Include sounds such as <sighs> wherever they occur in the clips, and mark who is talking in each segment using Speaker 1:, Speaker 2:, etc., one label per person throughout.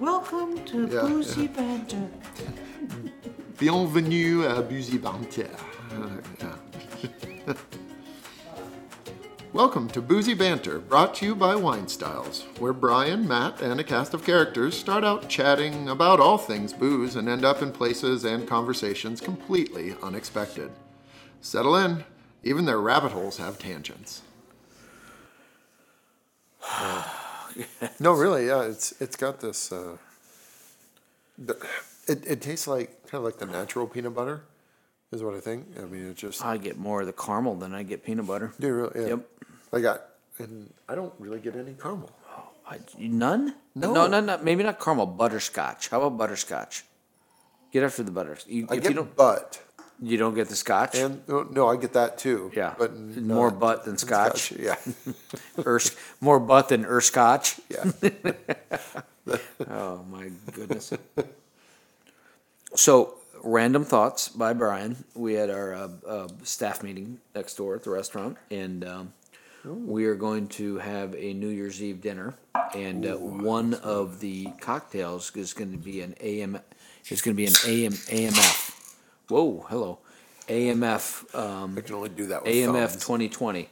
Speaker 1: Welcome to
Speaker 2: Yeah,
Speaker 1: Boozy Banter.
Speaker 2: Bienvenue à Euh, Busy Banter. Yeah. Welcome to Boozy Banter, brought to you by Wine Styles, where Brian, Matt, and a cast of characters start out chatting about all things booze and end up in places and conversations completely unexpected. Settle in, even their rabbit holes have tangents. Uh, <sighs> no, really, yeah, it's it's got this. Uh, the- it, it tastes like kind of like the natural peanut butter, is what I think. I mean, it just
Speaker 1: I get more of the caramel than I get peanut butter.
Speaker 2: do you really? Yeah.
Speaker 1: Yep.
Speaker 2: I got, and I don't really get any caramel.
Speaker 1: I, none?
Speaker 2: No.
Speaker 1: no, no, no. Maybe not caramel. Butterscotch. How about butterscotch? Get after the butter. You,
Speaker 2: I
Speaker 1: if
Speaker 2: get
Speaker 1: you don't,
Speaker 2: butt,
Speaker 1: you don't get the scotch.
Speaker 2: and no, no, I get that too.
Speaker 1: yeah,
Speaker 2: but
Speaker 1: more
Speaker 2: not
Speaker 1: butt than scotch. <laughs>
Speaker 2: Yeah,
Speaker 1: Or sc- more butt than er scotch.
Speaker 2: yeah.
Speaker 1: Oh my goodness. so, random thoughts by Brian. We had our uh, uh, staff meeting next door at the restaurant, and um, we are going to have a New Year's Eve dinner. And uh, one of the cocktails is going to be an AM. It's going to be an AM AMF. Whoa, hello, AMF. Um,
Speaker 2: I can only do that. With
Speaker 1: AMF
Speaker 2: thumbs.
Speaker 1: 2020.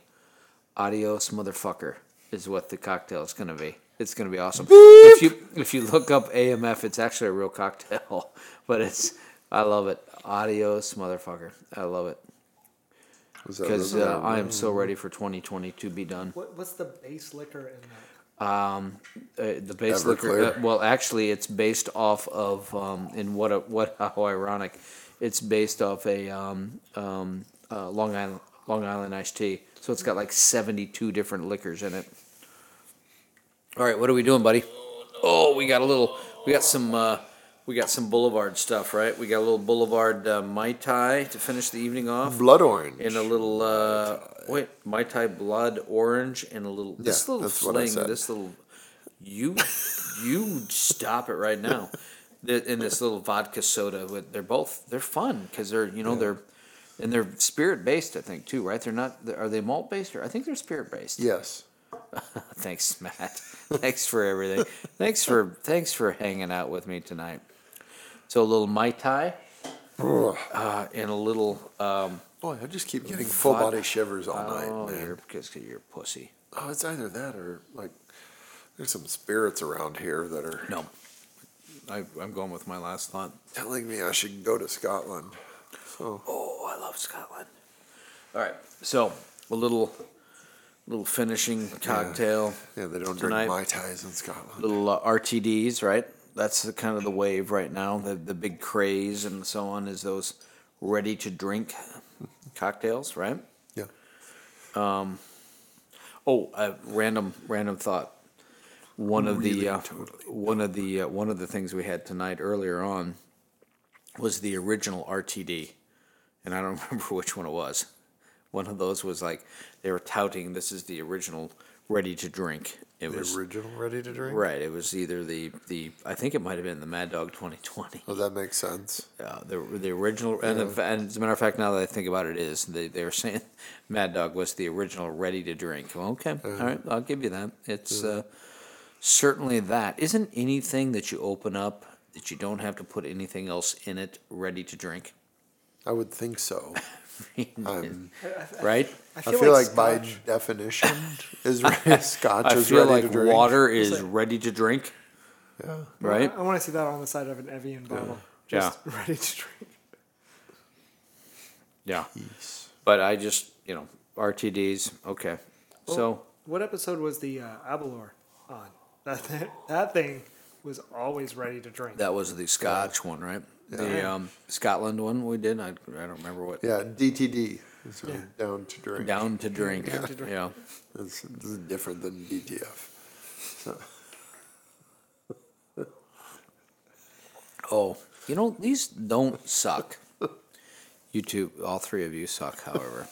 Speaker 1: Adios, motherfucker, is what the cocktail is going to be. It's going to be awesome. If you if you look up AMF, it's actually a real cocktail, <laughs> but it's I love it. Adios, motherfucker. I love it
Speaker 2: Is that-
Speaker 1: because
Speaker 2: is that-
Speaker 1: uh, I am so ready for 2020 to be done.
Speaker 3: What, what's the base liquor in that?
Speaker 1: Uh, the base liquor.
Speaker 2: Everclear.
Speaker 1: Uh, well, actually, it's based off of um, and what a, what <laughs> how ironic. It's based off a um, um, uh, Long Island Long Island iced tea. So it's got like seventy two different liquors in it. All right, what are we doing, buddy? Oh, we got a little. We got some. Uh, we got some Boulevard stuff, right? We got a little Boulevard uh, mai tai to finish the evening off
Speaker 2: blood orange.
Speaker 1: and a little uh, wait, Mai Tai blood orange and a little this
Speaker 2: Yeah,
Speaker 1: little
Speaker 2: that's what I
Speaker 1: fling,
Speaker 2: said.
Speaker 1: this little you you stop it right now. The- And this little vodka soda, with they're both they're fun because they're you know they're and they're spirit based I think too right. They're not are they malt based or I think they're spirit based.
Speaker 2: yes.
Speaker 1: Thanks Matt. <laughs> thanks for everything. Thanks for thanks for hanging out with me tonight. So a little mai tai
Speaker 2: Ugh.
Speaker 1: uh, and a little um,
Speaker 2: Boy, I just keep getting full
Speaker 1: Fuck.
Speaker 2: body shivers all
Speaker 1: oh,
Speaker 2: night, man.
Speaker 1: you're, because you're a pussy.
Speaker 2: Oh, it's either that or like there's some spirits around here that are
Speaker 1: No. I, I'm going with my last thought.
Speaker 2: telling me I should go to Scotland. So
Speaker 1: Oh, I love Scotland. All right. So, a little little finishing cocktail,
Speaker 2: yeah, they don't
Speaker 1: Tonight-
Speaker 2: drink mai tais in Scotland.
Speaker 1: little uh, RTDs, right? That's the kind of the wave right now. The, the big craze and so on is those ready to drink cocktails, right?
Speaker 2: Yeah,
Speaker 1: Oh, a random random thought. One of the uh, one of the uh, one of the things we had tonight earlier on was the original RTD, and I don't <laughs> remember which one it was. One of those was like they were touting this is the original ready to drink. It
Speaker 2: the
Speaker 1: was
Speaker 2: original ready to drink.
Speaker 1: right. It was either the the I think it might have been the Mad Dog 2020.
Speaker 2: Well, Oh, that makes sense.
Speaker 1: Uh, the the original and, the, and as a matter of fact, now that I think about it, is they they were <laughs> saying Mad Dog was the original ready to drink. Well, okay, all right, I'll give you that. It's uh, certainly that. Isn't anything that you open up that you don't have to put anything else in it ready to drink? <laughs>
Speaker 2: I would think so. Um, <laughs>
Speaker 1: right?
Speaker 2: I feel, like, by
Speaker 1: <laughs>
Speaker 2: definition, is re- Scotch
Speaker 1: I
Speaker 2: is
Speaker 1: feel
Speaker 2: ready
Speaker 1: like
Speaker 2: to drink.
Speaker 1: water is ready to drink.
Speaker 2: Yeah.
Speaker 1: Right.
Speaker 3: I, want to see that on the side of an Evian bottle. Just <laughs> ready to drink.
Speaker 1: Yeah. But I just you know RTDs. Okay. so
Speaker 3: What episode was the uh, Abalor on? That thing, that thing was always ready to drink.
Speaker 1: That was the Scotch one, right? The um, Scotland one we did. I, I don't remember what.
Speaker 2: Yeah, DTD. So
Speaker 3: Yeah.
Speaker 2: down to drink.
Speaker 1: Down to drink.
Speaker 3: Down to drink.
Speaker 1: Yeah.
Speaker 2: It's, it's different than DTF.
Speaker 1: <laughs> Oh, you know these don't suck. You two, all three of you suck. However,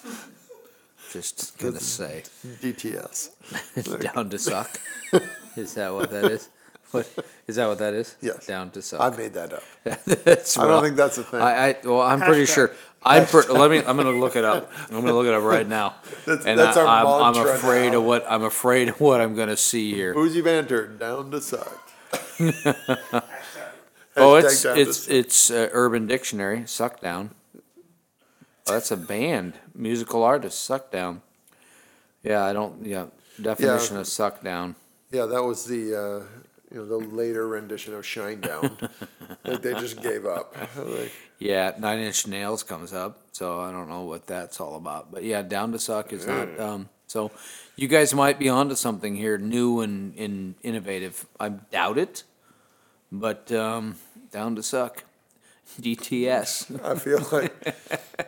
Speaker 1: just gonna say
Speaker 2: DTS.
Speaker 1: down to
Speaker 3: <laughs>
Speaker 1: suck. Is that what that is? What is that? What that is?
Speaker 2: Yes.
Speaker 1: Down to suck.
Speaker 2: I made that up.
Speaker 1: That's
Speaker 2: I
Speaker 1: wrong.
Speaker 2: don't think that's a thing.
Speaker 1: I, I well, I'm pretty
Speaker 3: Hashtag.
Speaker 1: sure. I'm per, let me. I'm gonna look it up. I'm gonna look it up right now.
Speaker 2: <laughs> That's-
Speaker 1: and
Speaker 2: that's
Speaker 1: I,
Speaker 2: our
Speaker 1: I'm, I'm
Speaker 2: mantra
Speaker 1: afraid
Speaker 2: now.
Speaker 1: of what I'm afraid of what I'm gonna see here.
Speaker 2: Boozy banter down to suck.
Speaker 1: <laughs> Oh,
Speaker 2: Hashtag
Speaker 1: it's
Speaker 2: down
Speaker 1: it's
Speaker 2: to-
Speaker 1: it's uh, Urban Dictionary. Suckdown. Oh, that's a band. Musical artist. Suckdown. Yeah, I don't. Yeah, definition of suckdown.
Speaker 2: yeah, that was the uh, you know the later rendition of
Speaker 1: <laughs>
Speaker 2: Shinedown. like they just gave up. Like,
Speaker 1: Yeah, Nine Inch Nails comes up, so I don't know what that's all about. But yeah, Down to Suck is not. Um, so you guys might be onto something here, new and, and innovative. I doubt it, but um, Down to Suck,
Speaker 3: <laughs>
Speaker 1: DTS.
Speaker 2: I feel like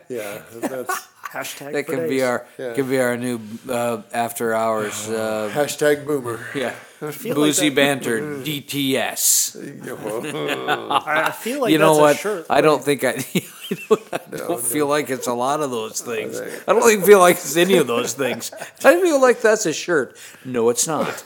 Speaker 2: yeah,
Speaker 1: <laughs>
Speaker 2: that's
Speaker 3: Hashtag
Speaker 1: That
Speaker 3: for
Speaker 1: can be
Speaker 3: days.
Speaker 1: our
Speaker 2: Yeah.
Speaker 1: could be our new uh, after
Speaker 3: <laughs>
Speaker 1: hours. Uh,
Speaker 2: hashtag boomer.
Speaker 1: yeah,
Speaker 3: feel like
Speaker 1: boozy
Speaker 3: that- Mm.
Speaker 1: banter, DTS.
Speaker 2: You know,
Speaker 3: I I feel like
Speaker 1: you
Speaker 3: that's
Speaker 1: know what?
Speaker 3: a shirt.
Speaker 1: I don't think I. I <laughs> don't, I don't
Speaker 3: Oh,
Speaker 1: feel like it's a lot of those things. I don't think feel like it's any of those things. I feel like that's a shirt. No, it's
Speaker 3: <laughs>
Speaker 1: not.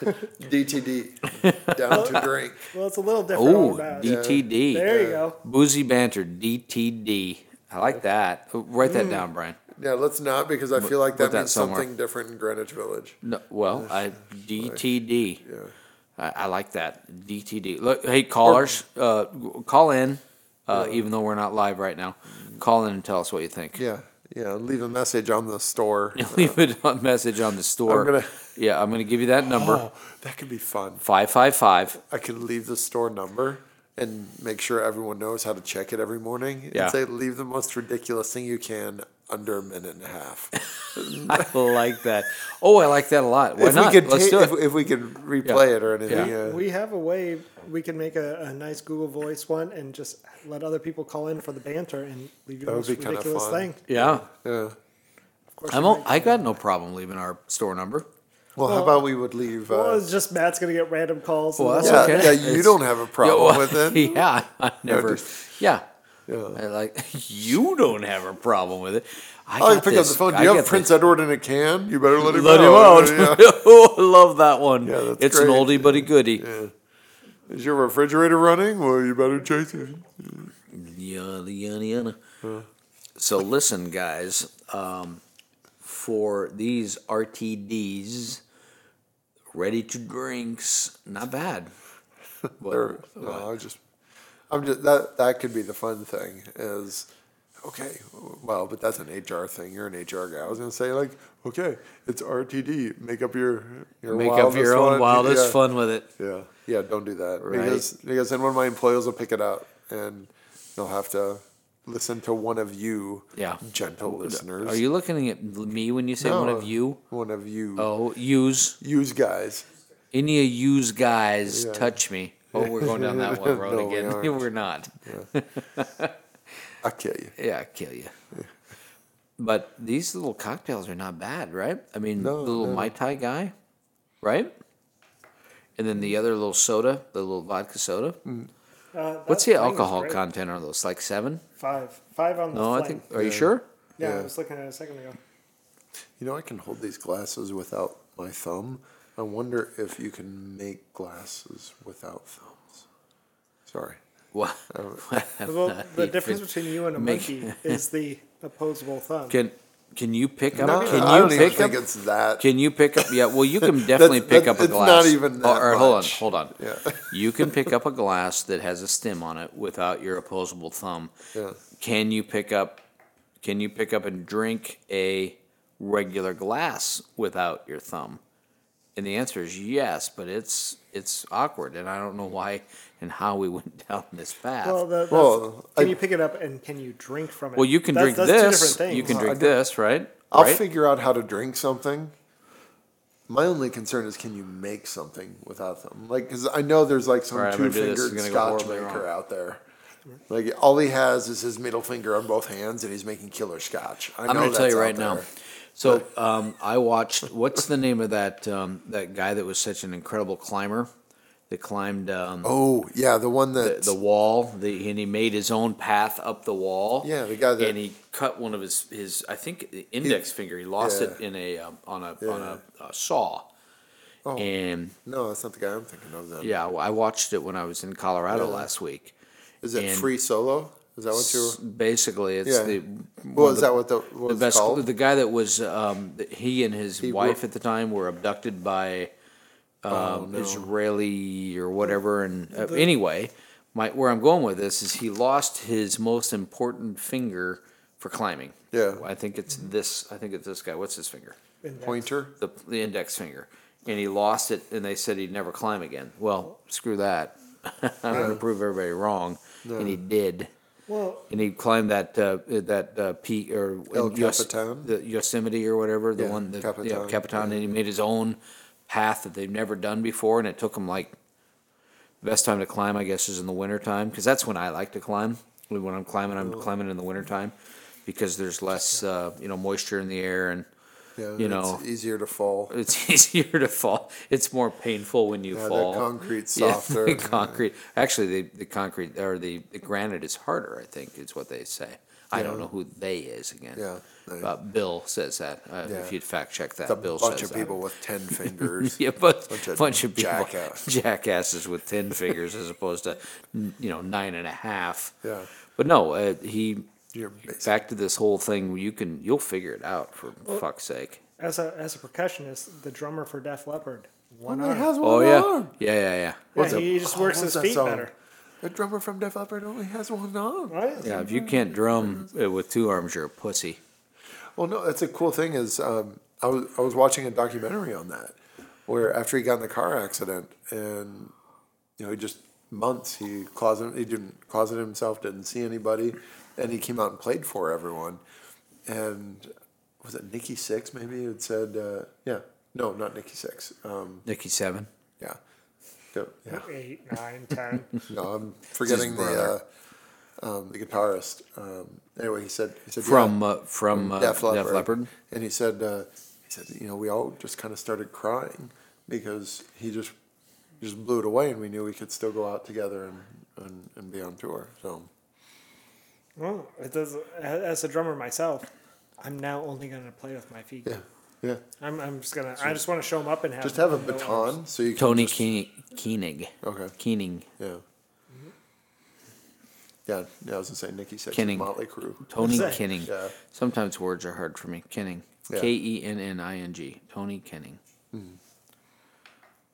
Speaker 2: DTD down to drink.
Speaker 3: Well, it's a little different.
Speaker 1: Oh,
Speaker 3: on that.
Speaker 1: DTD.
Speaker 3: There you go.
Speaker 1: Boozy banter, DTD. I like that. Oh, Write
Speaker 3: Mm.
Speaker 1: that down, Brian.
Speaker 2: Yeah, let's not because I feel like
Speaker 1: Put
Speaker 2: that
Speaker 1: that
Speaker 2: means
Speaker 1: somewhere.
Speaker 2: something different in Greenwich Village.
Speaker 1: No, well, I DTD. I, I like that DTD. Look, hey callers, uh, call in. Uh, even though we're not live right now, call in and tell us what you think.
Speaker 2: Yeah, yeah. Leave a message on the store.
Speaker 1: <laughs> Leave a on- message on the store.
Speaker 2: I'm gonna-
Speaker 1: yeah, I'm gonna give you that number
Speaker 2: Oh, that could be fun.
Speaker 1: five five five.
Speaker 2: I could leave the store number and make sure everyone knows how to check it every morning.
Speaker 1: Yeah.
Speaker 2: And say leave the most ridiculous thing you can under a minute and a
Speaker 1: <laughs>
Speaker 2: half.
Speaker 1: I like that. Oh, I like that a lot. Why
Speaker 2: if
Speaker 1: not?
Speaker 2: we could
Speaker 1: Let's
Speaker 2: ta-
Speaker 1: do it.
Speaker 2: If, if we could replay
Speaker 1: Yeah.
Speaker 2: it or anything.
Speaker 1: Yeah.
Speaker 2: Yeah.
Speaker 3: We have a way we can make a, a nice Google Voice one and just let other people call in for the banter and leave your
Speaker 2: That would
Speaker 3: most
Speaker 2: be kinda
Speaker 3: ridiculous
Speaker 2: fun. Uh,
Speaker 3: thing.
Speaker 1: yeah,
Speaker 2: yeah.
Speaker 3: Of course,
Speaker 1: I'm.
Speaker 3: you
Speaker 1: o-
Speaker 3: might-
Speaker 1: I got no problem leaving our store number.
Speaker 2: Well, how about we would leave? Uh,
Speaker 3: well, it's just Matt's gonna get random calls. and
Speaker 1: Well, that's
Speaker 3: we'll-
Speaker 2: yeah,
Speaker 1: okay.
Speaker 2: yeah, you
Speaker 1: It's-
Speaker 2: don't have a problem
Speaker 1: Yo,
Speaker 2: with it.
Speaker 1: <laughs> yeah, I never.
Speaker 2: just-
Speaker 1: Yeah. I like <laughs> you don't have a problem with it. I
Speaker 2: I
Speaker 1: got
Speaker 2: pick up
Speaker 1: this.
Speaker 2: the phone. Do
Speaker 1: I
Speaker 2: Oh, you
Speaker 1: got
Speaker 2: have
Speaker 1: this.
Speaker 2: Prince Edward in a can? You better let him
Speaker 1: Let him
Speaker 2: out.
Speaker 1: out.
Speaker 2: Yeah.
Speaker 1: <laughs> oh, I love that one.
Speaker 2: Yeah, that's
Speaker 1: it's an
Speaker 2: great.
Speaker 1: oldie but a goodie.
Speaker 2: Is your refrigerator running? Well, you better chase it.
Speaker 1: Yada yada yada. So listen, guys. Um, for these RTDs, ready to drinks, not bad.
Speaker 2: There, no, I just, I'm just that that could be the fun thing is, okay, well, but that's an HR thing. You're an HR guy. I was gonna say like, okay, it's RTD. Make up your your
Speaker 1: Make up your own
Speaker 2: one. <laughs>
Speaker 1: wildest
Speaker 2: yeah.
Speaker 1: fun with it.
Speaker 2: Yeah, yeah. Don't do that
Speaker 1: Right.
Speaker 2: because because then one of my employees will pick it up and they'll have to listen to one of you,
Speaker 1: Yeah.
Speaker 2: gentle listeners.
Speaker 1: Are you looking at me when you say one
Speaker 2: No,
Speaker 1: of you?
Speaker 2: One of you.
Speaker 1: Oh, use
Speaker 2: Use guys.
Speaker 1: any of yous guys
Speaker 2: Yeah.
Speaker 1: touch me? Oh, we're going down
Speaker 2: <laughs>
Speaker 1: that one road
Speaker 2: No, we
Speaker 1: again. <laughs> We
Speaker 2: aren't.
Speaker 1: are not.
Speaker 2: I kill you.
Speaker 1: Yeah, kill you. But these little cocktails are not bad, right? I mean,
Speaker 2: No,
Speaker 1: the little
Speaker 2: no.
Speaker 1: Mai Tai guy, right? And then the other little soda, the little vodka soda.
Speaker 2: Mm-hmm.
Speaker 3: Uh, that
Speaker 1: What's the
Speaker 3: thing was
Speaker 1: alcohol
Speaker 3: great.
Speaker 1: content on those? Like seven?
Speaker 3: Five, five on the.
Speaker 1: No, I
Speaker 3: flank.
Speaker 1: think. Are you sure?
Speaker 3: Yeah,
Speaker 2: yeah.
Speaker 3: I was looking at it a second
Speaker 1: <laughs>
Speaker 3: ago.
Speaker 2: You know, I can hold these glasses without my thumb. I wonder if you can make glasses without thumbs. Sorry.
Speaker 1: What?
Speaker 2: Oh.
Speaker 1: <laughs>
Speaker 3: Well, the
Speaker 1: He
Speaker 3: difference
Speaker 1: fin-
Speaker 3: between you and a
Speaker 1: make- <laughs>
Speaker 3: monkey is the opposable thumb.
Speaker 1: Can Can you pick up?
Speaker 2: No,
Speaker 1: can
Speaker 2: I
Speaker 1: you
Speaker 2: don't even
Speaker 1: pick up?
Speaker 2: think it's that.
Speaker 1: Can you pick up? Yeah, well, you can
Speaker 2: <laughs>
Speaker 1: definitely
Speaker 2: That's-
Speaker 1: pick
Speaker 2: that's-
Speaker 1: up a
Speaker 2: it's
Speaker 1: glass. Oh,
Speaker 2: not even that
Speaker 1: or, or hold on,
Speaker 2: much.
Speaker 1: hold on.
Speaker 2: Yeah.
Speaker 1: <laughs> you can pick up a glass that has a stem on it without your opposable thumb.
Speaker 2: Yeah.
Speaker 1: Can you pick up? Can you pick up and drink a regular glass without your thumb? And the answer is yes, but it's it's awkward, and I don't know why and how we <laughs> went down this path. Well,
Speaker 3: Well, the, that's,
Speaker 2: Well,
Speaker 3: can
Speaker 2: I-
Speaker 3: you pick it up and can you drink from it?
Speaker 1: you can
Speaker 3: That's-
Speaker 1: drink
Speaker 3: that's
Speaker 1: this.
Speaker 3: Two different things.
Speaker 1: You can drink this, right?
Speaker 2: I'll
Speaker 1: right?
Speaker 2: figure out how to drink something. My only concern is can you make something without them? Like, because I know there's like some
Speaker 1: All right, I'm
Speaker 2: two
Speaker 1: gonna do this.
Speaker 2: fingered
Speaker 1: It's gonna go
Speaker 2: scotch
Speaker 1: horribly
Speaker 2: maker
Speaker 1: wrong.
Speaker 2: out there. Like, all he has is his middle finger on both hands and he's making killer scotch. I know
Speaker 1: I'm going to tell
Speaker 2: that's
Speaker 1: you
Speaker 2: out
Speaker 1: right now.
Speaker 2: there.
Speaker 1: So um, I watched. What's the name of that um, that guy that was such an incredible climber? That climbed um,
Speaker 2: Oh, yeah, the one
Speaker 1: the,
Speaker 2: that.
Speaker 1: the wall, the, and he made his own path up the wall.
Speaker 2: Yeah, the guy that-
Speaker 1: and he cut one of his his I think the index finger. He lost it
Speaker 2: Yeah.
Speaker 1: in a um, on a on
Speaker 2: Yeah.
Speaker 1: a, a saw.
Speaker 2: Oh.
Speaker 1: And
Speaker 2: no, that's not the guy I'm thinking of then.
Speaker 1: yeah, well, I watched it when I was in Colorado
Speaker 2: Yeah.
Speaker 1: last week.
Speaker 2: Is it
Speaker 1: And-
Speaker 2: free solo? Is that what you
Speaker 1: S- Basically, it's
Speaker 2: Yeah.
Speaker 1: the
Speaker 2: Well,
Speaker 1: one
Speaker 2: is
Speaker 1: of
Speaker 2: that what the, what
Speaker 1: the
Speaker 2: it's
Speaker 1: best
Speaker 2: called?
Speaker 1: the guy that was um, th- he and his
Speaker 2: He Oh, wor-
Speaker 1: wife at the time were abducted by um, Israeli or whatever. And uh, anyway, my where I'm going with this is he lost his most important finger for climbing.
Speaker 2: Yeah.
Speaker 1: I think it's this. I think it's this guy. What's his finger?
Speaker 2: Pointer.
Speaker 1: the, the index finger, and he lost it, and they said he'd never climb again. Well, screw that. <laughs> I'm going to prove everybody wrong, and he did.
Speaker 3: Well,
Speaker 1: And he climbed that uh, that uh, peak or
Speaker 2: El
Speaker 1: in Yos-
Speaker 2: Capitan?
Speaker 1: the Yosemite or whatever, the
Speaker 2: Yeah,
Speaker 1: one that
Speaker 2: Capitan,
Speaker 1: yeah, Capitan, and he made his own path that they've never done before, and it took him like the best time to climb, I guess, is in the wintertime because that's when I like to climb. When I'm climbing, I'm climbing in the wintertime because there's less uh, you know moisture in the air and
Speaker 2: Yeah,
Speaker 1: You know.
Speaker 2: it's easier to fall.
Speaker 1: it's <laughs> easier to fall. It's more painful when you
Speaker 2: Yeah, the
Speaker 1: fall.
Speaker 2: concrete's
Speaker 1: <laughs> Yeah,
Speaker 2: softer. uh,
Speaker 1: the concrete. Actually, the, the concrete or the, the granite is harder. I think is what they say. I don't
Speaker 2: Yeah.
Speaker 1: know who they is again.
Speaker 2: Yeah, they-
Speaker 1: Uh, Bill says that. Uh,
Speaker 2: Yeah.
Speaker 1: If you'd fact check that,
Speaker 2: It's a
Speaker 1: Bill
Speaker 2: bunch
Speaker 1: says
Speaker 2: of people with ten fingers.
Speaker 1: That. <laughs> Yeah, but
Speaker 2: <laughs> Bunch
Speaker 1: bunch
Speaker 2: of
Speaker 1: of, people,
Speaker 2: jackass.
Speaker 1: <laughs> jackasses with ten fingers as opposed to you know nine and a half.
Speaker 2: Yeah.
Speaker 1: But no, uh, he.
Speaker 2: You're basic.
Speaker 1: back to this whole thing. You can you'll figure it out for fuck's sake.
Speaker 3: as a as a percussionist, the drummer for Def Leppard, one
Speaker 2: Only
Speaker 3: arm.
Speaker 2: has
Speaker 1: Oh
Speaker 2: one
Speaker 1: yeah,
Speaker 2: arm.
Speaker 1: yeah, yeah, yeah.
Speaker 3: Yeah, he just
Speaker 2: Oh,
Speaker 3: works
Speaker 2: what's
Speaker 3: his
Speaker 2: that
Speaker 3: feet
Speaker 2: song?
Speaker 3: better.
Speaker 2: The drummer from Def Leppard only has one arm.
Speaker 3: Right?
Speaker 1: Yeah, if you can't drum uh, with two arms, you're a pussy.
Speaker 2: Well, no, that's a cool thing. Is um, I was I was watching a documentary on that, where after he got in the car accident and you know he just months he closet he didn't closet himself, didn't see anybody, and he came out and played for everyone. And was it Nikki Six? Maybe it said uh, yeah. No, not Nikki Six. Um,
Speaker 1: Nicky Seven.
Speaker 2: yeah. Go- yeah.
Speaker 3: Eight, nine, ten.
Speaker 2: No, I'm forgetting the
Speaker 1: brother.
Speaker 2: uh, um, the guitarist. Um, anyway, he said he said
Speaker 1: From
Speaker 2: yeah,
Speaker 1: uh, from uh,
Speaker 2: Def, Leppard.
Speaker 1: Leppard.
Speaker 2: and he said uh, he said you know we all just kind of started crying because he just just blew it away, and we knew we could still go out together and and, and be on tour. So
Speaker 3: Well, it does. As a drummer myself, I'm now only going to play with my feet.
Speaker 2: yeah, yeah.
Speaker 3: I'm, I'm just gonna. I just want to show them up and have.
Speaker 2: Just have a
Speaker 3: no arms.
Speaker 2: baton so you can
Speaker 1: Tony
Speaker 2: just-
Speaker 1: Keen Keenig.
Speaker 2: Okay.
Speaker 1: Keening.
Speaker 2: Yeah. Yeah, yeah, I was gonna say Nikki Six,
Speaker 1: Kenning.
Speaker 2: Motley Crue.
Speaker 1: Tony
Speaker 3: Say.
Speaker 1: Kinning.
Speaker 2: Yeah.
Speaker 1: Sometimes words are hard for me. Kinning.
Speaker 2: Yeah. Hmm.
Speaker 1: K E N N I N G. Tony Kinning.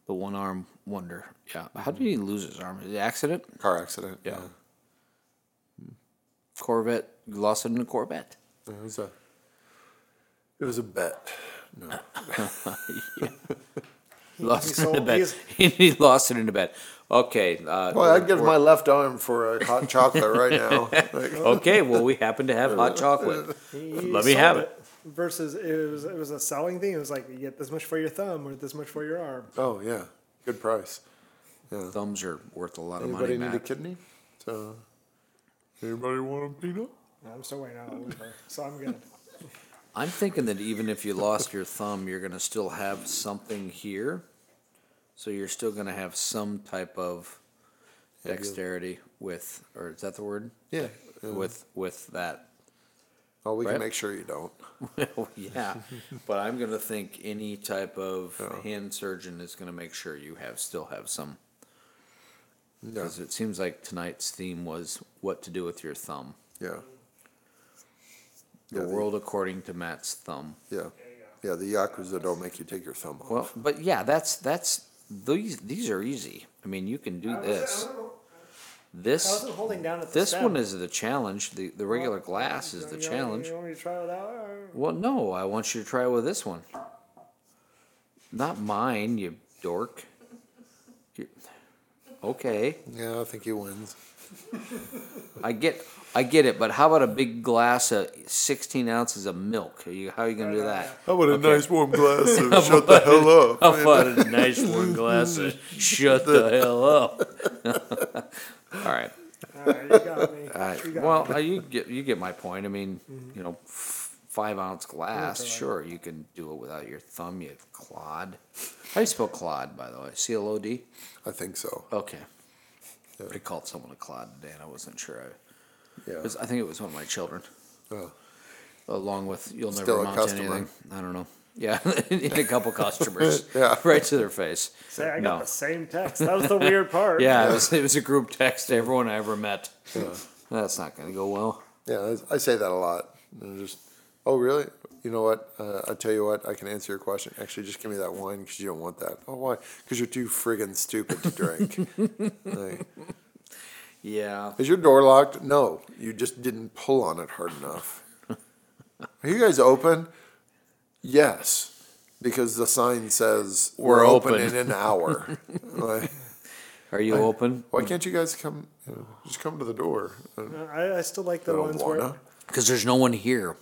Speaker 1: The one arm wonder. Yeah. How did he lose his arm? The accident?
Speaker 2: Car accident.
Speaker 1: Yeah. Corvette. Lost it in a Corvette.
Speaker 2: yeah. It was a. It was a bet. No.
Speaker 1: Lost it in a
Speaker 3: sold-
Speaker 1: bed. <laughs> he lost it in a bed. Okay. Uh,
Speaker 2: Well, I'd
Speaker 1: we're-
Speaker 2: give
Speaker 1: we're-
Speaker 2: my left arm for a hot chocolate right now. <laughs> Like,
Speaker 1: Okay, well, we happen to
Speaker 2: <laughs>
Speaker 1: have hot chocolate.
Speaker 3: He
Speaker 1: Let me
Speaker 3: sold
Speaker 1: have
Speaker 3: Versus, it was it was a selling thing. It was like you get this much for your thumb or this much for your arm.
Speaker 2: oh yeah, good price.
Speaker 1: Thumbs are worth a lot of
Speaker 2: Anybody
Speaker 1: money,
Speaker 2: need a
Speaker 1: Matt.
Speaker 2: kidney? So, anybody want a peanut?
Speaker 3: I'm still waiting on Uber, so
Speaker 2: <laughs>
Speaker 3: I'm good.
Speaker 1: I'm thinking that even if you lost your thumb, you're going to still have something here. So you're still going to have some type of dexterity with, or is that the word?
Speaker 2: Yeah.
Speaker 1: With with that. <laughs>
Speaker 2: Oh, we can
Speaker 1: Right.
Speaker 2: make sure you don't.
Speaker 1: Well, yeah, but I'm going to think any type of hand surgeon is going to make sure you have still have some.
Speaker 2: Yeah.
Speaker 1: Because it seems like tonight's theme was what to do with your thumb.
Speaker 2: Yeah.
Speaker 1: The
Speaker 2: Yeah, the-
Speaker 1: world according to Matt's thumb.
Speaker 2: Yeah. Yeah. The yakuza don't make you take your thumb off.
Speaker 1: Well, but yeah, that's that's these these are easy. I mean, you can do this.
Speaker 3: I
Speaker 1: This
Speaker 3: wasn't holding down at the
Speaker 1: this
Speaker 3: stem.
Speaker 1: one is the challenge. The the regular glass is
Speaker 3: You
Speaker 1: the
Speaker 3: want-
Speaker 1: challenge.
Speaker 3: You want me to try it out? Or-
Speaker 1: Well, no, I want you to try with this one. Not mine, you dork. You- Okay,
Speaker 2: yeah, I think he wins.
Speaker 1: I get I get it, but how about a big glass of sixteen ounces of milk? Are you, how are you gonna do that?
Speaker 2: How about a nice warm <laughs> glass and shut the hell up?
Speaker 1: <laughs> How about a nice warm glass <laughs> of shut the hell up? <laughs> All right.
Speaker 3: All right, you got me.
Speaker 1: <laughs> I-
Speaker 3: You got
Speaker 1: well, uh, you get you get my point. I mean, you know, f- five ounce glass.
Speaker 3: Okay.
Speaker 1: Sure, you can do it without your thumb. You clod. How do you spell clod, by the way? C L O D.
Speaker 2: I think so.
Speaker 1: Okay. I called someone a clod today, and I wasn't sure. I,
Speaker 2: Yeah.
Speaker 1: it was- I think it was one of my children,
Speaker 2: Oh.
Speaker 1: along with you'll never
Speaker 2: Still a
Speaker 1: amount
Speaker 2: customer.
Speaker 1: to anything. I don't know. Yeah, <laughs> a couple customers.
Speaker 2: Yeah.
Speaker 1: right to their face.
Speaker 3: Say, I got
Speaker 1: no.
Speaker 3: the same text. That was the weird
Speaker 1: <laughs>
Speaker 3: part.
Speaker 1: Yeah, It, was, it was a group text to everyone I ever met. That's not going to go well.
Speaker 2: Yeah, I I say that a lot. You know, just Oh, really? You know what? Uh, I tell you what, I can answer your question. Actually, just give me that wine because you don't want that. Oh, why? Because you're too friggin' stupid to drink.
Speaker 1: <laughs>
Speaker 2: Like,
Speaker 1: Yeah.
Speaker 2: Is your door locked? No, you just didn't pull on it hard
Speaker 1: <laughs>
Speaker 2: enough. Are you guys open? Yes, because the sign says we're,
Speaker 1: We're
Speaker 2: open.
Speaker 1: open.
Speaker 2: in an
Speaker 1: <laughs>
Speaker 2: hour. Like,
Speaker 1: Are you open?
Speaker 2: why can't you guys come? you know, just come to the door. And
Speaker 3: I, I still like the
Speaker 2: I don't
Speaker 3: ones
Speaker 2: wanna.
Speaker 3: where
Speaker 1: Because there's no one here.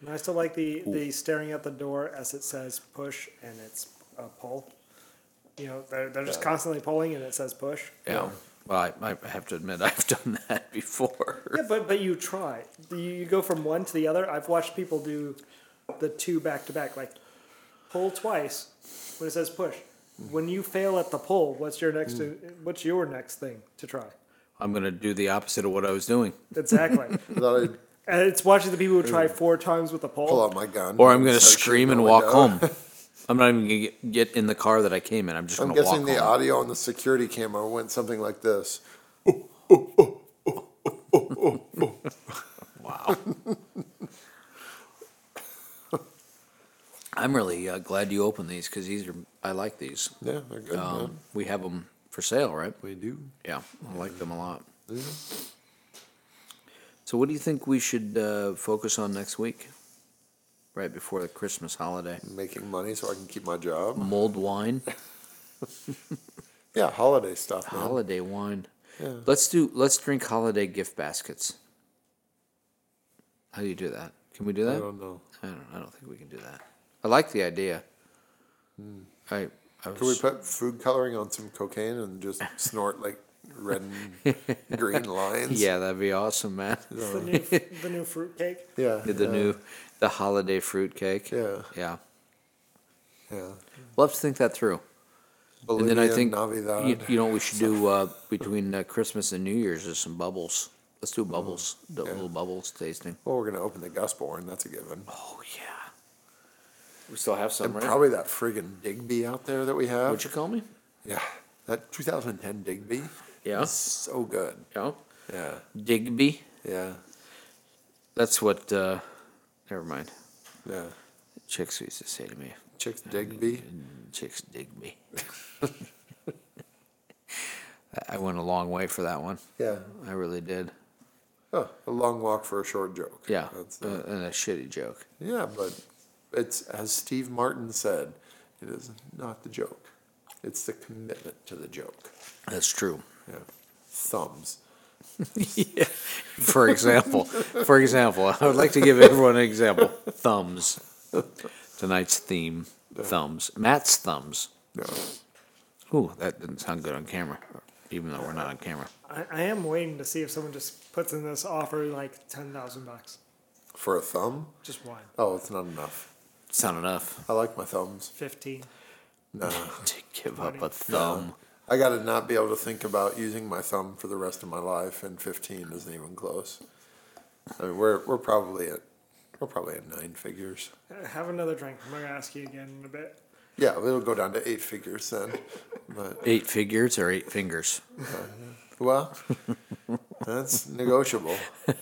Speaker 3: and I still like the the staring at the door as it says push and it's a pull. You know, they're they're just constantly pulling and it says push.
Speaker 1: Yeah. Well, I, I have to admit, <laughs> I've done that before.
Speaker 3: Yeah, but but you try. You, you go from one to the other. I've watched people do the two back to back, like pull twice when it says push. When you fail at the pull, what's your next? What's your next thing to try?
Speaker 1: I'm going to do the opposite of what I was doing.
Speaker 3: Exactly.
Speaker 2: I thought I'd
Speaker 3: and it's watching the people who try four times with the pull.
Speaker 2: pull out my gun.
Speaker 1: Or I'm going to
Speaker 2: start
Speaker 1: scream
Speaker 2: shooting
Speaker 1: and
Speaker 2: the
Speaker 1: walk
Speaker 2: window.
Speaker 1: <laughs> home. I'm not even going to get in the car that I came in. I'm just
Speaker 2: I'm
Speaker 1: going to walk
Speaker 2: guessing
Speaker 1: home.
Speaker 2: the audio on the security camera went something like this.
Speaker 1: <laughs> Wow. I'm really uh, glad you opened these because these are I like these.
Speaker 2: Yeah, they're good. man.
Speaker 1: Um, we have them for sale, right?
Speaker 2: We do.
Speaker 1: Yeah, I like them a lot. So, what do you think we should uh, focus on next week, right before the Christmas holiday?
Speaker 2: Making money so I can keep my job. <laughs>
Speaker 1: Mulled wine,
Speaker 2: Yeah, holiday stuff, man.
Speaker 1: holiday wine.
Speaker 2: Yeah.
Speaker 1: Let's do. Let's drink holiday gift baskets. How do you do that? Can we do that?
Speaker 2: I don't know.
Speaker 1: I don't. I don't think we can do that. I like the idea. I. I was,
Speaker 2: Hmm. Can we put food coloring on some cocaine and just snort like red and
Speaker 1: <laughs>
Speaker 2: green lines?
Speaker 1: <laughs> yeah, that'd be awesome, man.
Speaker 3: It's the new the new fruitcake.
Speaker 2: Yeah.
Speaker 1: The
Speaker 2: yeah,
Speaker 1: new, the holiday fruit cake.
Speaker 2: Yeah.
Speaker 1: Yeah.
Speaker 2: Yeah.
Speaker 1: We'll have to think that through. And then I
Speaker 2: Bolivia,
Speaker 1: think
Speaker 2: Navidad.
Speaker 1: you, you know what we should do uh, between uh, Christmas and New Year's is some bubbles. Let's do bubbles,
Speaker 2: Mm,
Speaker 1: the little bubbles tasting.
Speaker 2: well, we're gonna open the Gus Born. That's a given.
Speaker 1: Oh yeah. We still have some,
Speaker 2: and
Speaker 1: right?
Speaker 2: probably that friggin' Digby out there that we have.
Speaker 1: Would you call me?
Speaker 2: yeah. That 2010 Digby.
Speaker 1: Yeah.
Speaker 2: Is so good.
Speaker 1: Yeah.
Speaker 2: Yeah.
Speaker 1: Digby.
Speaker 2: Yeah.
Speaker 1: That's what. Uh, never mind.
Speaker 2: Yeah.
Speaker 1: Chicks used to say to me,
Speaker 2: Chicks Digby.
Speaker 1: "Chicks dig me." <laughs> I- I went a long way for that one.
Speaker 2: Yeah.
Speaker 1: I really did.
Speaker 2: Oh, a long walk for a short joke.
Speaker 1: Yeah,
Speaker 2: That's
Speaker 1: uh, and a shitty joke.
Speaker 2: Yeah, but it's as Steve Martin said, it is not the joke. It's the commitment to the joke.
Speaker 1: That's <laughs> true.
Speaker 2: Yeah. Thumbs.
Speaker 1: <laughs> For example, for example, I would like to give everyone an example. Thumbs. Tonight's theme: thumbs. Matt's thumbs.
Speaker 2: No.
Speaker 1: Ooh, that didn't sound good on camera, even though we're not on camera.
Speaker 3: I, I am waiting to see if someone just puts in this offer like ten thousand bucks,
Speaker 2: For a thumb?
Speaker 3: just one.
Speaker 2: Oh, it's not enough.
Speaker 1: It's not enough
Speaker 2: I like my thumbs.
Speaker 3: Fifteen.
Speaker 2: Nah.
Speaker 1: to give up a thumb.
Speaker 2: I got to not be able to think about using my thumb for the rest of my life, and 15 isn't even close. I mean, we're, we're probably at we're probably at nine figures.
Speaker 3: Uh, Have another drink. I'm gonna ask you again in a bit.
Speaker 2: Yeah, it'll go down to eight figures then. But
Speaker 1: Eight figures or eight fingers.
Speaker 2: Well, that's negotiable.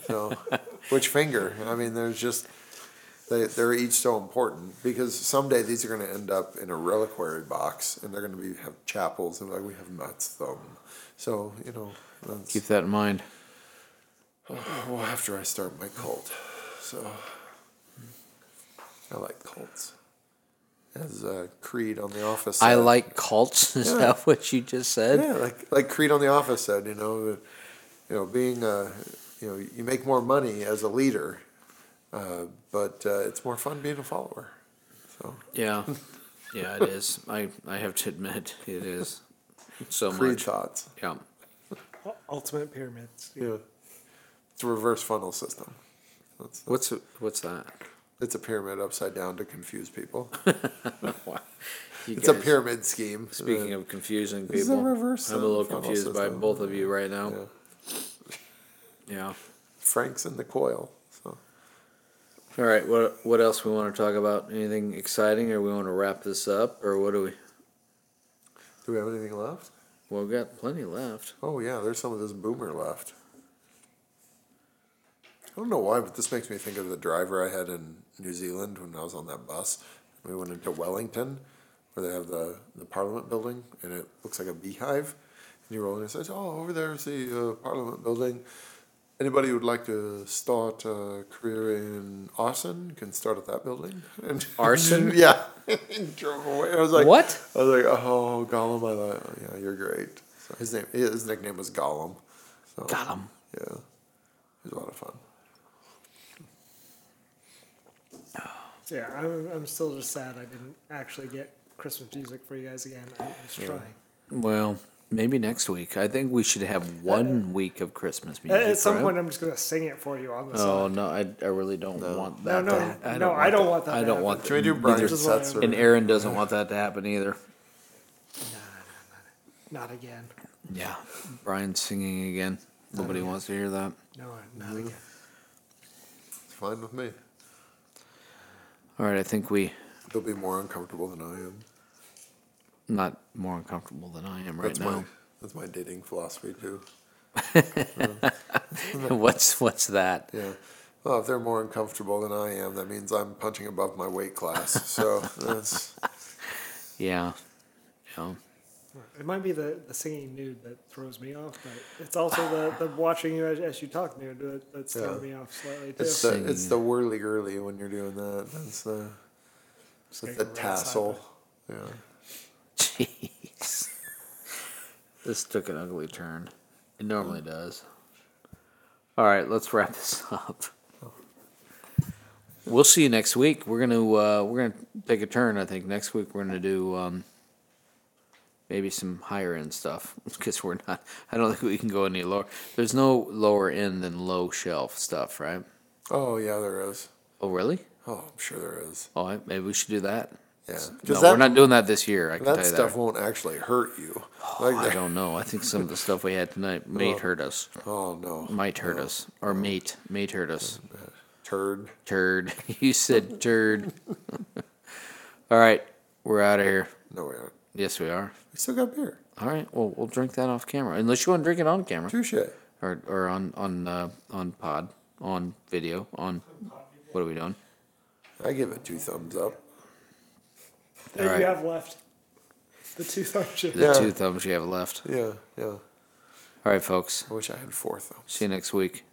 Speaker 2: So, which finger? I mean, there's just they they're each so important because someday these are going to end up in a reliquary box, and they're going to be have chapels, and like we have Matt's thumb. So you know, that's,
Speaker 1: Keep that in mind.
Speaker 2: well after I start my cult, so I like cults. As uh, Creed on The Office,
Speaker 1: I
Speaker 2: said.
Speaker 1: like cults. <laughs> Is that what you just said?
Speaker 2: Yeah, like like Creed on the Office said, you know, that, you know, being a, you know, you make more money as a leader, uh, but uh, it's more fun being a follower. So
Speaker 1: Yeah, yeah, it is. I I have to admit it is so
Speaker 2: Creed
Speaker 1: much.
Speaker 2: thoughts.
Speaker 1: Yeah,
Speaker 3: U- Ultimate pyramids.
Speaker 2: Yeah, it's a reverse funnel system. That's,
Speaker 1: what's what's <laughs> that?
Speaker 2: it's a pyramid upside down to confuse people.
Speaker 1: Wow. <laughs> You
Speaker 2: It's a
Speaker 1: guys-
Speaker 2: pyramid scheme. Uh,
Speaker 1: Speaking of confusing
Speaker 2: This is a
Speaker 1: people,
Speaker 2: reverse
Speaker 1: I'm a little
Speaker 2: funnel
Speaker 1: confused by
Speaker 2: system.
Speaker 1: both of you right now.
Speaker 2: Yeah.
Speaker 1: Yeah.
Speaker 2: Frank's in the coil. So
Speaker 1: All right. What what else we want to talk about? Anything exciting, or we want to wrap this up, or what do we?
Speaker 2: do we have anything left?
Speaker 1: Well, we've got plenty left.
Speaker 2: Oh yeah, there's some of this boomer left. I don't know why, but this makes me think of the driver I had in New Zealand when I was on that bus. We went into Wellington, where they have the, the Parliament building, and it looks like a beehive. And you roll in and it says, "Oh, over there is the uh, Parliament building. Anybody who would like to start a career in arson can start at that building." <laughs> And
Speaker 1: Arson?
Speaker 2: yeah, <laughs> and drove away. I was like,
Speaker 1: What?
Speaker 2: I was like, "Oh, Gollum, I like, yeah, you're great." So his name, his nickname was Gollum. So,
Speaker 1: Gollum.
Speaker 2: Yeah, it was a lot of fun.
Speaker 3: Yeah, I'm, I'm still just sad I didn't actually get Christmas music for you guys again. I was trying.
Speaker 1: Well, maybe next week. I think we should have one week of Christmas
Speaker 3: Uh, At,
Speaker 1: music.
Speaker 3: at some
Speaker 1: right?
Speaker 3: point, I'm just gonna sing it for you on the
Speaker 1: Oh
Speaker 3: side.
Speaker 1: no, I, I really don't want
Speaker 3: No,
Speaker 1: that.
Speaker 3: no,
Speaker 1: to ha-
Speaker 3: no, I don't want that
Speaker 1: I
Speaker 3: to
Speaker 1: don't
Speaker 3: happen.
Speaker 1: want
Speaker 2: Should we do
Speaker 1: that.
Speaker 2: Brian
Speaker 3: Just what I
Speaker 2: Setzer?
Speaker 3: am.
Speaker 1: And Aaron doesn't want that to happen either.
Speaker 3: Not again.
Speaker 1: Yeah, Brian singing again. Nobody wants to hear that.
Speaker 3: No, not
Speaker 2: Mm-hmm.
Speaker 3: again.
Speaker 2: It's fine with me.
Speaker 1: All right, I think we
Speaker 2: They'll be more uncomfortable than I am.
Speaker 1: not more uncomfortable than I am right
Speaker 2: That's my
Speaker 1: now.
Speaker 2: that's my dating philosophy too.
Speaker 1: <laughs> what's what's that?
Speaker 2: Yeah. Well, if they're more uncomfortable than I am, that means I'm punching above my weight class.
Speaker 1: <laughs>
Speaker 2: So that's
Speaker 1: Yeah, yeah.
Speaker 3: It might be the, the singing nude that throws me off, but it's also the, the watching you as, as you talk nude that, that's
Speaker 2: Yeah.
Speaker 3: throwing me off slightly too.
Speaker 2: it's the it's the whirly girly when you're doing that. That's the
Speaker 3: Just
Speaker 2: that's
Speaker 3: gotta
Speaker 2: the
Speaker 3: go right side
Speaker 2: tassel.
Speaker 3: of it.
Speaker 2: Yeah.
Speaker 1: Jeez, this took an ugly turn. It normally does. All right, let's wrap this up. We'll see you next week. We're gonna uh, we're gonna take a turn. I think next week we're gonna do um, maybe some higher end stuff <laughs> because we're not. I don't think we can go any lower. There's no lower end than low shelf stuff, right?
Speaker 2: Oh yeah, there is.
Speaker 1: Oh really?
Speaker 2: Oh, I'm sure there is.
Speaker 1: Oh, I- maybe we should do that.
Speaker 2: Yeah. 'Cause
Speaker 1: No,
Speaker 2: that,
Speaker 1: we're not doing that this year. I can
Speaker 2: that
Speaker 1: tell you
Speaker 2: stuff
Speaker 1: that. Oh,
Speaker 2: won't actually hurt you. Like
Speaker 1: I
Speaker 2: that-
Speaker 1: don't know. I think some of the stuff we had
Speaker 2: <laughs>
Speaker 1: tonight may hurt us,
Speaker 2: Oh no.
Speaker 1: might hurt us, or mate, mate hurt us.
Speaker 2: Turd.
Speaker 1: Turd, <laughs> you said turd. <laughs> All right, we're out of here.
Speaker 2: No we aren't.
Speaker 1: Yes, we are.
Speaker 2: We still got beer.
Speaker 1: All right, well, we'll drink that off camera, unless you want to drink it on camera
Speaker 2: Touche.
Speaker 1: or or on on uh, on pod, on video, on what are we doing?
Speaker 2: I give it two thumbs up.
Speaker 3: That
Speaker 1: All right.
Speaker 3: you have left. The two
Speaker 1: <laughs>
Speaker 3: function.
Speaker 1: The
Speaker 2: Yeah.
Speaker 1: two thumbs you have left.
Speaker 2: Yeah, yeah.
Speaker 1: All right, folks.
Speaker 2: I wish I had four thumbs.
Speaker 1: See you next week.